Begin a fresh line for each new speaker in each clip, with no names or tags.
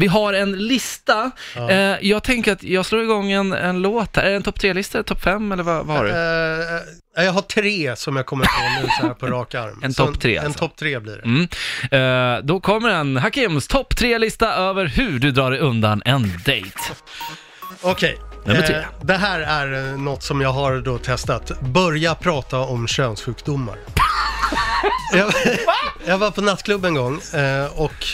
Vi har en lista.
Ja.
Eh, jag tänker att jag slår igång en, en låt här. Är det en topp tre-lista, topp fem eller vad, vad har du?
Eh, jag har tre som jag kommer på nu så här på rak arm.
En
Så
topp tre,
En
alltså.
topp tre blir det.
Mm. Eh, då kommer en Hakims topp tre-lista över hur du drar dig undan en dejt.
Okej.
Nummer tre.
Eh, det här är eh, något som jag har då testat. Börja prata om könssjukdomar. jag, jag var på nattklubb en gång eh, och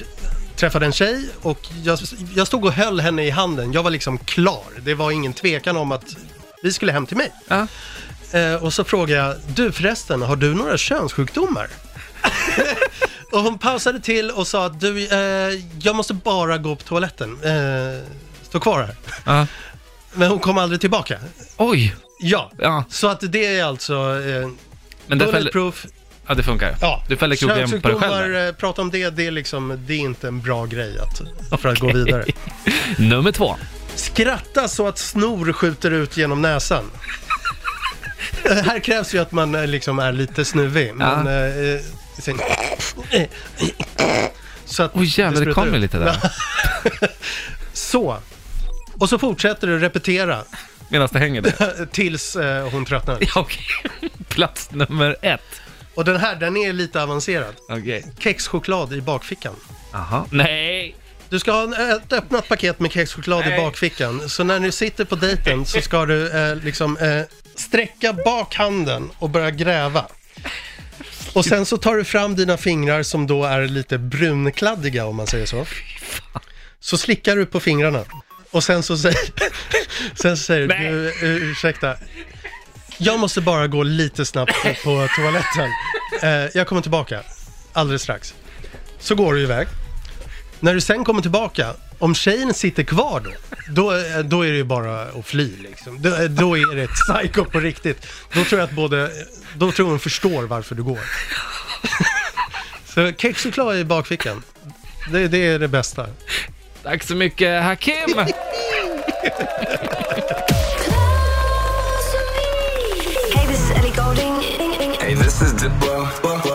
träffade en tjej och jag, jag stod och höll henne i handen. Jag var liksom klar. Det var ingen tvekan om att vi skulle hem till mig.
Ja.
Eh, och så frågade jag, du förresten, har du några könssjukdomar? och hon pausade till och sa att du, eh, jag måste bara gå på toaletten. Eh, stå kvar här.
Ja.
Men hon kom aldrig tillbaka.
Oj!
Ja,
Ja,
så att det är alltså eh,
men det, fäller,
bulletproof.
ja, det funkar.
Ja.
Du fäller krogen på dig själv. där.
Könssjukdomar, eh, prata om det, det är liksom, det är inte en bra grej att, för att gå vidare.
Nummer två.
Skratta så att snor skjuter ut genom näsan. Eh, Här krävs ju att man eh, liksom är lite snuvig. Men,
Ja.
eh, eh, sen... Så att
Oj jävlar, det
sprutar
kom ju
ut.
lite där.
Så. Och så fortsätter du repetera
Medan det hänger där.
eh, tills eh, hon tröttnar.
Ja, okej. Plats nummer ett.
Och den här, den är lite avancerad.
Okej.
Kexchoklad i bakfickan.
Aha. Nej!
Du ska ha en, eh, ett öppnat paket med kexchoklad i
Nej.
bakfickan. Så när du sitter på dejten så ska du eh, liksom eh, sträcka bak handen och börja gräva. Och sen så tar du fram dina fingrar som då är lite brunkladdiga om man säger så. Så slickar du på fingrarna. Och sen så säger, sen så säger
Nej.
du, eh, ursäkta, jag måste bara gå lite snabbt på- på toaletten. Eh, jag kommer tillbaka alldeles strax. Så går du iväg. När du sen kommer tillbaka, om tjejen sitter kvar då, då, eh, då är det ju bara att fly liksom. Då, eh, då är det ett psycho på riktigt. Då tror jag att både, då tror hon förstår varför du går. Så kexchoklad i bakfickan, det, det är det bästa.
Tack så mycket Hakim!
Hey, this is Ellie Golding.
Hey, this is the boy.